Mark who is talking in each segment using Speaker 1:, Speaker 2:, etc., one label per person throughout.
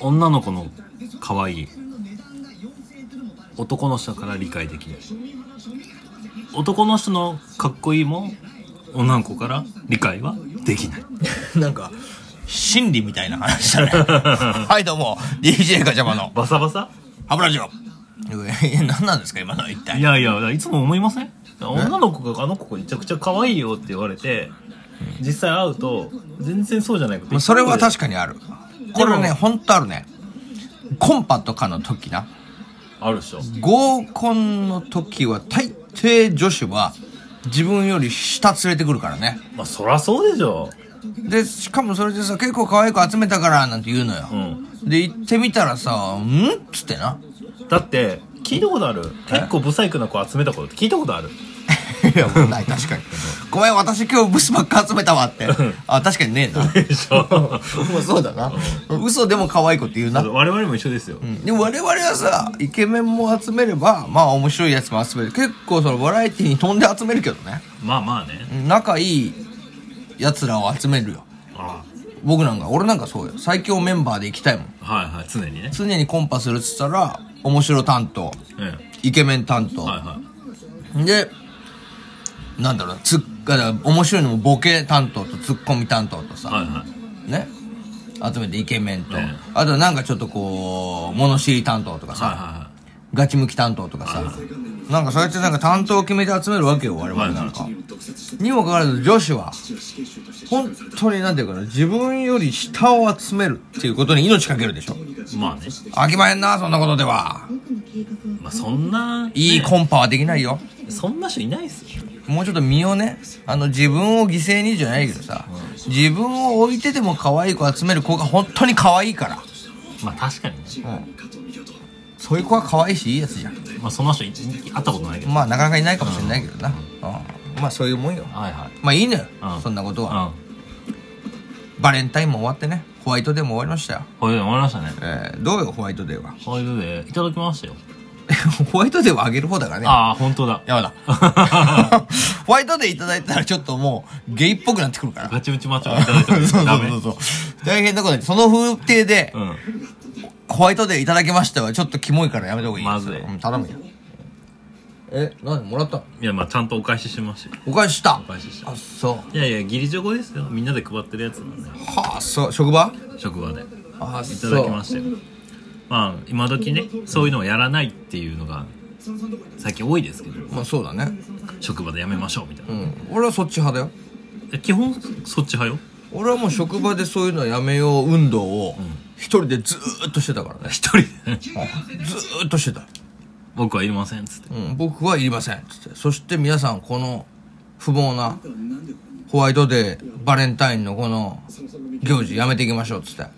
Speaker 1: 女の子の可愛い男の人から理解できない男の人のかっこいいも女の子から理解はできない
Speaker 2: なんか、心理みたいな話 だね。はい、どうも。DJ ガチャマの
Speaker 1: バサバサ
Speaker 2: ハブラジオ。え何なんですか、今のは一体。
Speaker 1: いやいやいつも思いません女の子があの子めちゃくちゃ可愛いよって言われて実際会うと全然そうじゃないこ
Speaker 2: ま
Speaker 1: と
Speaker 2: あそれは確かにある。これね、ほんとあるね。コンパとかの時な。
Speaker 1: あるでしょ
Speaker 2: 合コンの時は大抵女子は自分より下連れてくるからね。
Speaker 1: まあそらそうでしょ
Speaker 2: で、しかもそれでさ、結構可愛く集めたからなんて言うのよ。
Speaker 1: う
Speaker 2: で、行ってみたらさ、んっつってな。
Speaker 1: だって聞いたことある結構ブサイクな子集めたことって聞いた ことある
Speaker 2: いや、もうない、確かに。ごめん、私今日ブスばっか集めたわって。あ、確かにねえな。
Speaker 1: でしょ
Speaker 2: もうそうだな。嘘でも可愛いこと言うな。
Speaker 1: 我々も一緒ですよ、
Speaker 2: でも我々はさ、イケメンも集めれば、まあ面白いやつも集める。結構そのバラエティに飛んで集めるけどね。
Speaker 1: まあまあね
Speaker 2: 仲いい奴らを集めるよ。
Speaker 1: あ
Speaker 2: 僕なんか、俺なんかそうよ。最強メンバーで行きたいもん。
Speaker 1: あはいはい常にね
Speaker 2: 常にコンパするっつったら、面白担当、
Speaker 1: うんはい
Speaker 2: イケメン担当。
Speaker 1: は
Speaker 2: で、なんだろうな、つっ、だから面白いのもボケ担当とツッコミ担当と
Speaker 1: い
Speaker 2: さ、
Speaker 1: はいはい
Speaker 2: ね集めてイケメンと、
Speaker 1: ええ
Speaker 2: あとなんかちょっとこう物知り担当とかさ、
Speaker 1: はいは
Speaker 2: ガチ向き担当とかさ、なんかそうやってなんか担当を決めて集めるわけよ我々なんか、にもかかわらず女子は本当になんていうかな自分より下を集めるっていうことに命かけるでしょ
Speaker 1: いはいまあね
Speaker 2: 飽きまへんなそんなことでは
Speaker 1: まあそんな、
Speaker 2: いい
Speaker 1: ね
Speaker 2: コンパはできないよ
Speaker 1: そんな人いないっすよ
Speaker 2: もうちょっと身をねあの自分を犠牲にじゃないけどさ、自分を置いてでも可愛い子集める子が本当に可愛いから
Speaker 1: まあ確かにね
Speaker 2: そういう子は可愛いしいいやつじゃん
Speaker 1: まあそんな人い会ったことないけど
Speaker 2: まあなかなかいないかもしれないけどな、うんまあそういうもんよ
Speaker 1: はいはい
Speaker 2: まあいいのよ、
Speaker 1: うん
Speaker 2: そんなことは、
Speaker 1: う
Speaker 2: バレンタインも終わってねホワイトデーも終わりましたよ、
Speaker 1: んこれで終わりましたね
Speaker 2: えー、どうよホワイトデーは
Speaker 1: こういうのでいただきましたよ
Speaker 2: ホワイトデーはあげる方だからね
Speaker 1: ああ本当だ
Speaker 2: やば だホワイトデーいただいたらちょっともうゲイっぽくなってくるから
Speaker 1: ガチムチマッチョもいただいて
Speaker 2: そ
Speaker 1: もい
Speaker 2: う
Speaker 1: い
Speaker 2: そう
Speaker 1: ダメ
Speaker 2: そうそう大変なことでその風景で、
Speaker 1: うん
Speaker 2: ホワイトデーいただきましたはちょっとキモいからやめた方がいいよ
Speaker 1: まずい
Speaker 2: うん、頼むよえ何もらったの
Speaker 1: いやまあちゃんとお返ししましたよ
Speaker 2: お返しした
Speaker 1: お返しした
Speaker 2: あそう
Speaker 1: いやいや義理チョコですよみんなで配ってるやつなんで
Speaker 2: はあそう職場
Speaker 1: 職場で
Speaker 2: あ
Speaker 1: い
Speaker 2: そ
Speaker 1: た
Speaker 2: う
Speaker 1: だきましたよまあ今時ねそういうのをやらないっていうのが最近多いですけど
Speaker 2: まあそうだね
Speaker 1: 職場でやめましょうみたいな
Speaker 2: う
Speaker 1: い
Speaker 2: ん俺はそっち派だよ
Speaker 1: や基本そっち派よ
Speaker 2: 俺はもう職場でそういうのやめよう運動を一人でずーっとしてたからね
Speaker 1: 一人で
Speaker 2: ずーっとしてた、
Speaker 1: 僕はいりませんっつって
Speaker 2: うん、僕はいりませんつってそして皆さんこの不毛なホワイトデーバレンタインのこの行事やめていきましょうっつって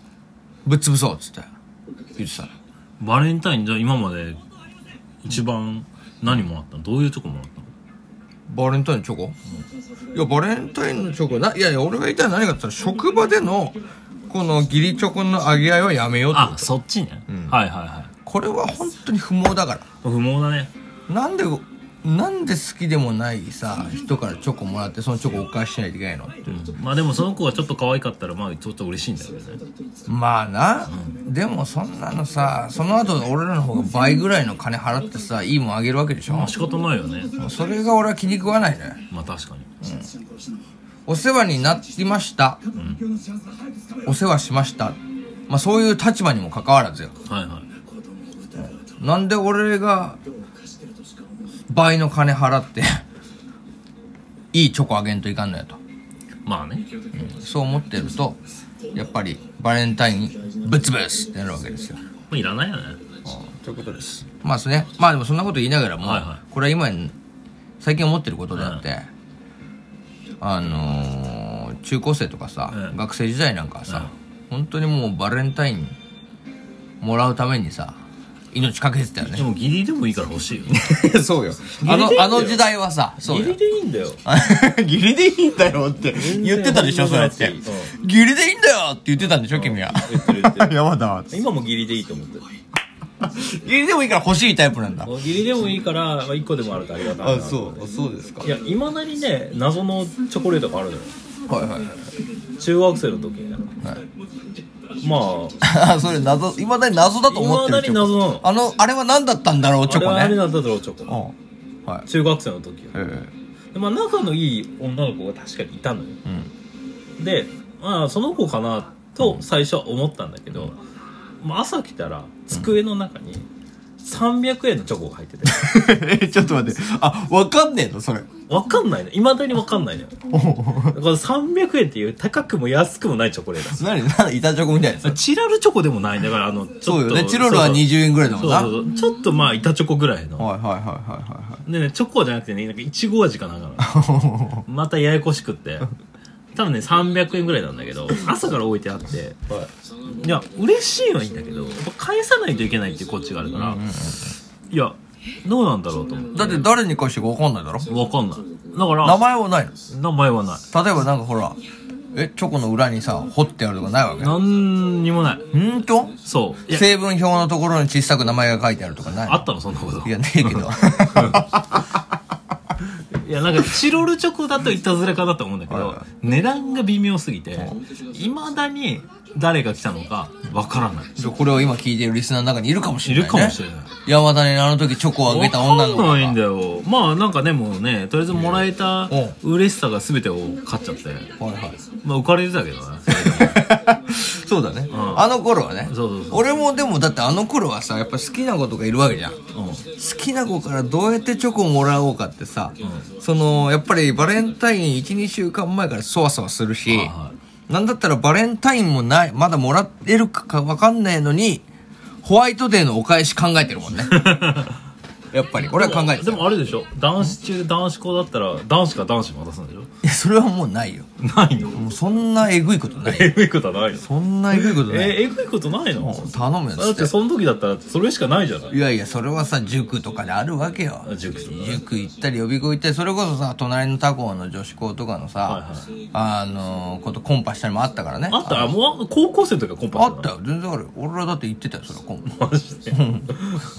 Speaker 2: ぶっ潰そうっつって言ってた
Speaker 1: バレンタインじゃあ今まで一番何もらったのどういうチョコもらったの
Speaker 2: バレンタインのチョコ、いやバレンタインのチョコないやいや俺が言いたいのは何かって言ったら職場でのこの義理チョコのあげ合いはやめようって
Speaker 1: あそっちね、はいはいはい
Speaker 2: これは本当に不毛だから
Speaker 1: 不毛だね
Speaker 2: なんでなんで好きでもないさ人からチョコもらってそのチョコお返ししないといけないのって
Speaker 1: まあでもその子がちょっと可愛かったらまあちょっと嬉しいんだけどね
Speaker 2: まあな、でもそんなのさその後俺らの方が倍ぐらいの金払ってさいいもんあげるわけでしょ
Speaker 1: まあ仕方ないよね
Speaker 2: それが俺は気に食わないね
Speaker 1: まあ確かに
Speaker 2: お世話になりました、お世話しましたまあそういう立場にもかかわらずよ
Speaker 1: はいはい
Speaker 2: なんで俺が倍の金払っていいチョコあげんといかんのやと
Speaker 1: まあね
Speaker 2: そう思ってるとやっぱりバレンタインブツブツってなるわけですよ
Speaker 1: まあいらないよね
Speaker 2: ということですまあですねまあでもそんなこと言いながらも、
Speaker 1: はいはい
Speaker 2: これは今最近思ってることであって、あのー中高生とかさ、
Speaker 1: ええ
Speaker 2: 学生時代なんかはさ、本当にもうバレンタインもらうためにさ命かけてたよ
Speaker 1: で
Speaker 2: ね
Speaker 1: も義理でもいいから欲しいよ
Speaker 2: そうよあ
Speaker 1: ギ
Speaker 2: の
Speaker 1: リギリだよ
Speaker 2: あの時代はさ そう
Speaker 1: 義
Speaker 2: よ
Speaker 1: 理でいいんだよ
Speaker 2: ギリでいいんだよって言ってたでしょ、そうやって
Speaker 1: うん。
Speaker 2: ギリでいいんだよって言ってたんでしょ、君は。
Speaker 1: 言ってる言ってる
Speaker 2: 山田は。
Speaker 1: 今も義理でいいと思ってる
Speaker 2: ギリでもいいから欲しいタイプなんだ。
Speaker 1: 義理でもいいから、まあ、1個でもあるとありがたいな
Speaker 2: う、そうですか
Speaker 1: いやいまだにね謎のチョコレートがあるのよ
Speaker 2: はいはいはい。
Speaker 1: 中学生の時にね、まあ、
Speaker 2: あ それ謎いまだに謎だと思ってる
Speaker 1: 未だに謎なの
Speaker 2: あのあれは何だったんだろうチョコ
Speaker 1: あれ
Speaker 2: ね
Speaker 1: はあれだったろう、チョコ。
Speaker 2: うんはい
Speaker 1: 中学生の時。
Speaker 2: ええ
Speaker 1: でまあ、仲のいい女の子が確かにいたのよ。
Speaker 2: うん
Speaker 1: で、まあ、その子かなと最初は思ったんだけど、まあ、朝来たら机の中に300円のチョコが入 ってて、
Speaker 2: えちょっと待ってあわかんねえのそれ
Speaker 1: わかんないの。未だにわかんないのよ。
Speaker 2: おお
Speaker 1: だから300円っていう高くも安くもないチョコレート。
Speaker 2: 何何板チョコみたいなやつ
Speaker 1: チラルチョコでもない。だから、あの、ち
Speaker 2: そ
Speaker 1: ょっ
Speaker 2: う
Speaker 1: と。
Speaker 2: よねチロルは20円ぐらいだもん
Speaker 1: そう
Speaker 2: な
Speaker 1: そうそう。ちょっとまあ、板チョコぐらいの。
Speaker 2: はいはいはいはいはいはい
Speaker 1: でね、チョコじゃなくてね、なんか、いちご味かなんか な。またややこしくって。多分ね、300円ぐらいなんだけど、朝から置いてあって。いや、嬉しいはいいんだけど、やっぱ返さないといけないっていうこっちがあるから、いや、どうなんだろうと思って。
Speaker 2: だって誰に返してかわかんないだろ
Speaker 1: わかんない。だから、
Speaker 2: 名前はないの
Speaker 1: 名前はない。
Speaker 2: 例えばなんかほらえチョコの裏にさ掘ってあるとかないわけ
Speaker 1: なんにもない。
Speaker 2: うんと
Speaker 1: そう。いや、
Speaker 2: 成分表のところに小さく名前が書いてあるとかない
Speaker 1: あったの、そんなこと。
Speaker 2: いやねえ けど
Speaker 1: いや、なんか、チロルチョコだといたずらかだと思うんだけ
Speaker 2: はい
Speaker 1: ど
Speaker 2: は、
Speaker 1: 値段が微妙すぎて、いまだに誰が来たのかわからない。
Speaker 2: じゃあこれを今聞いてるリスナーの中にいるかもし
Speaker 1: い
Speaker 2: れ
Speaker 1: る
Speaker 2: ない、
Speaker 1: か
Speaker 2: ね、
Speaker 1: もしれない。
Speaker 2: 山田にあの時チョコをあげた女の子
Speaker 1: わかん
Speaker 2: が
Speaker 1: ないんだよ。まあ、なんかね、もうね、とりあえずもらえた
Speaker 2: う
Speaker 1: 嬉しさが全てを勝っちゃって、
Speaker 2: はいはい
Speaker 1: まあ、浮かれてたけどね。
Speaker 2: そうだね、
Speaker 1: ん
Speaker 2: あの頃はね
Speaker 1: そうそうそう
Speaker 2: 俺もでもだってあの頃はさやっぱ好きな子とかいるわけじゃん好
Speaker 1: うん
Speaker 2: きな子からどうやってチョコをもらおうかってさ、そのやっぱりバレンタイン12週間前からそわそわするし、
Speaker 1: はいは
Speaker 2: なんだったらバレンタインもないまだもらえるかわかんないのにホワイトデーのお返し考えて るもんねやっぱり俺は考えて
Speaker 1: で
Speaker 2: た
Speaker 1: もあれでしょ男子中男子校だったら男子か男子に渡すんでしょ
Speaker 2: いやそれはもうないよ
Speaker 1: ないの
Speaker 2: もうそんなえぐいことない
Speaker 1: えぐいことはないの
Speaker 2: そんなえぐいこと
Speaker 1: え
Speaker 2: ない、
Speaker 1: えぐいことないの
Speaker 2: 頼むよ
Speaker 1: だ
Speaker 2: つ
Speaker 1: っ
Speaker 2: って
Speaker 1: てその時だったらそれしかないじゃない
Speaker 2: いやいや、それはさ、塾とかであるわけよ。
Speaker 1: 塾とか
Speaker 2: 塾行ったり、予備校行ったり、それこそさ、隣の他校の女子校とかのさ、
Speaker 1: はいは
Speaker 2: あのー、ことコンパしたりもあったからね。
Speaker 1: あったあもう高校生の時はコンパ
Speaker 2: あ
Speaker 1: し
Speaker 2: ってたよ、全然あるよ。俺らだって行ってたよ、それはコンパ。
Speaker 1: たマジで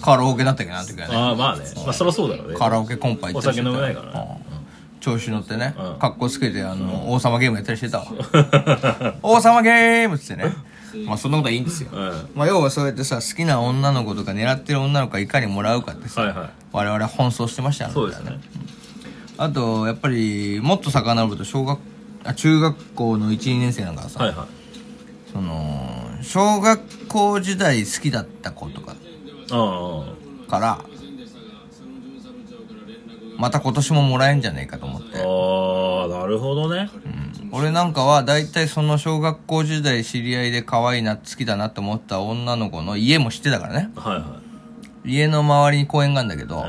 Speaker 2: カラオケだったっけな、あの時はね。
Speaker 1: ああまあねまあそりゃそうだろうね
Speaker 2: カラオケコンパ行ったりしてたよ
Speaker 1: お酒飲めないからね
Speaker 2: うん調子乗ってね、
Speaker 1: うん
Speaker 2: 格好つけて、あの、王様ゲームやったりしてたわ。 王様ゲームっつってね。まあ、そんなことはいいんですよ。
Speaker 1: うんは
Speaker 2: まあ、要はそうやってさ、好きな女の子とか狙ってる女の子がいかにもらうかってさ、
Speaker 1: いは
Speaker 2: 我々奔走してました
Speaker 1: い
Speaker 2: よね
Speaker 1: そうですね
Speaker 2: あとやっぱりもっと遡ると小学あ中学校の12年生なんかさ、
Speaker 1: はいはい
Speaker 2: その小学校時代好きだった子とか
Speaker 1: あ
Speaker 2: からまた今年ももらえんじゃねえかと思っ
Speaker 1: あ
Speaker 2: て、
Speaker 1: ああなるほどね
Speaker 2: うん俺なんかは大体その小学校時代知り合いで可愛いな好きだなって思った女の子の家も知ってたからね
Speaker 1: はいは
Speaker 2: 家の周りに公園があるんだけど、
Speaker 1: ん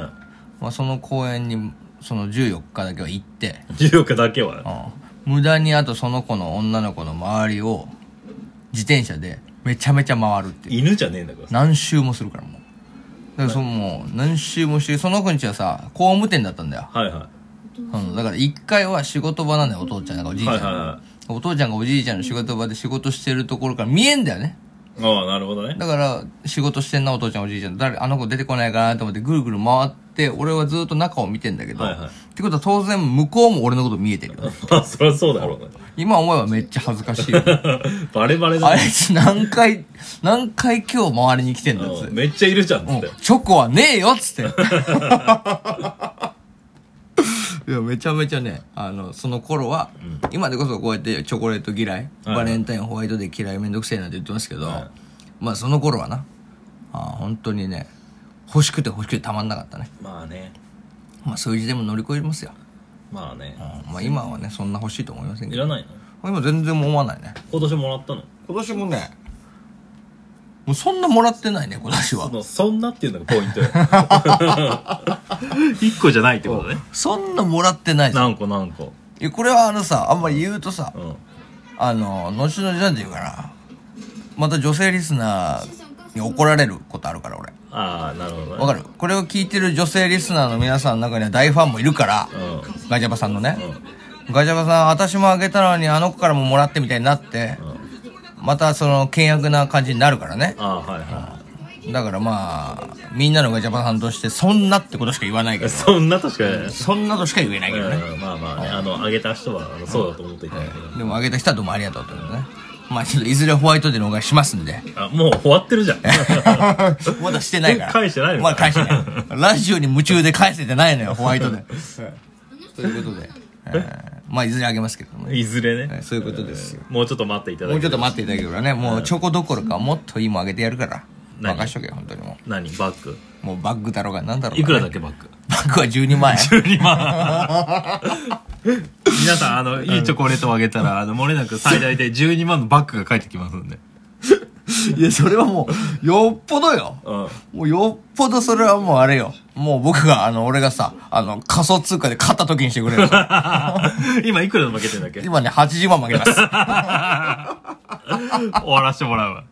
Speaker 2: まあ、その公園にその14日だけは行って、
Speaker 1: い重力だけは
Speaker 2: うん無駄にあとその子の女の子の周りを自転車でめちゃめちゃ回るっていう
Speaker 1: 犬じゃねえんだから
Speaker 2: 何周もするからもうだからそのもう何周もしてその子んちはさ工務店だったんだよ、
Speaker 1: はいは
Speaker 2: うん、だから1回は仕事場なんだよお父ちゃんがおじ
Speaker 1: い
Speaker 2: いちゃ
Speaker 1: は
Speaker 2: ん
Speaker 1: いはい
Speaker 2: が、
Speaker 1: は
Speaker 2: お父ちゃんがおじいちゃんの仕事場で仕事してるところから見えんだよね
Speaker 1: いああなるほどね
Speaker 2: だから仕事してんなお父ちゃんおじいちゃん誰あの子出てこないかなと思ってぐるぐる回って俺はずっと中を見てんだけど、
Speaker 1: はいはい
Speaker 2: ってことは当然向こうも俺のこと見えてるよね
Speaker 1: まあそりゃそうだろうね
Speaker 2: 今思えばめっちゃ恥ずかしいよね
Speaker 1: バレバレだ
Speaker 2: あ
Speaker 1: ね
Speaker 2: いつ何回、何回今日周りに来てんだっつって
Speaker 1: うんめっちゃいるじゃんっつ
Speaker 2: う
Speaker 1: っ
Speaker 2: ん
Speaker 1: て。
Speaker 2: チョコはねえよっつって。 いや、めちゃめちゃね、あの、その頃は、今でこそこうやってチョコレート嫌い、
Speaker 1: はい
Speaker 2: バレンタインホワイトで嫌いめんどくせえなんて言ってますけど、まあその頃はな、あ本当にね、欲しくて欲しくてたまんなかったね。
Speaker 1: まあね
Speaker 2: まあそういう時代も乗り越えますよ。
Speaker 1: まあね
Speaker 2: うんまあ今はね、そんな欲しいと思いません
Speaker 1: い
Speaker 2: けど、
Speaker 1: らないの
Speaker 2: 今全然思わないね。
Speaker 1: 今年もらったの
Speaker 2: 今年もねもうそんなもらってないね今年
Speaker 1: そ
Speaker 2: は
Speaker 1: のそんなっていうのがポイン トよ一個じゃないってことね
Speaker 2: そんなもらってないです
Speaker 1: 何個何個
Speaker 2: いやこれはあのさあんまり言うとさ
Speaker 1: うん
Speaker 2: あの後々なんて言うかなまた女性リスナーに怒られることあるから俺
Speaker 1: ああなるほどね
Speaker 2: わかるこれを聞いてる女性リスナーの皆さんの中には大ファンもいるから
Speaker 1: う
Speaker 2: ガジャバさんのねガジャバさん私もあげたのにあの子からももらってみたいになってまたその険悪な感じになるからね
Speaker 1: んああはいは
Speaker 2: だからまあみんなのガジャバさんとしてそんなってことしか言わないけ
Speaker 1: い
Speaker 2: ど
Speaker 1: そんな確かにね
Speaker 2: そんなとしか言えないけどね。
Speaker 1: うんまあまあねあのあげた人はあのそうだと思っていただけど
Speaker 2: でもあげた人はどうもありがとうってことね。まあちょっといずれホワイトデーのお返ししますんで。
Speaker 1: あもう終わってるじゃん
Speaker 2: まだしてないから。
Speaker 1: 返してないの
Speaker 2: まだ返してない。ラジオに夢中で返せてないのよ、ホワイトデー。ということで。えーまあいずれあげますけどもね。
Speaker 1: いずれね、
Speaker 2: えーそういうことですよ。
Speaker 1: もうちょっと待っていただ
Speaker 2: も
Speaker 1: いう
Speaker 2: ち
Speaker 1: て
Speaker 2: ょっと待っていただければね、もうチョコどころか、もっといいもんあげてやるから。
Speaker 1: 何
Speaker 2: 任しとけよ、本当にも
Speaker 1: 何バッグ
Speaker 2: う。もうバッグだろうが、なんだろうが、
Speaker 1: いくらだっけバッグ
Speaker 2: バッグは12 万円。
Speaker 1: 12万皆さんあのいいチョコレートをあげたらあの漏れなく最大で12万のバッグが返ってきますんで
Speaker 2: いや、それはもう、よっぽどよ。
Speaker 1: うん
Speaker 2: もうよっぽどそれはもうあれよ。もう僕が、あの、俺がさ、あの、仮想通貨で勝った時にしてくれよ。
Speaker 1: 今 いくらで負けてんだっけ終
Speaker 2: 今ね、80万負けます。
Speaker 1: わらせてもらうわ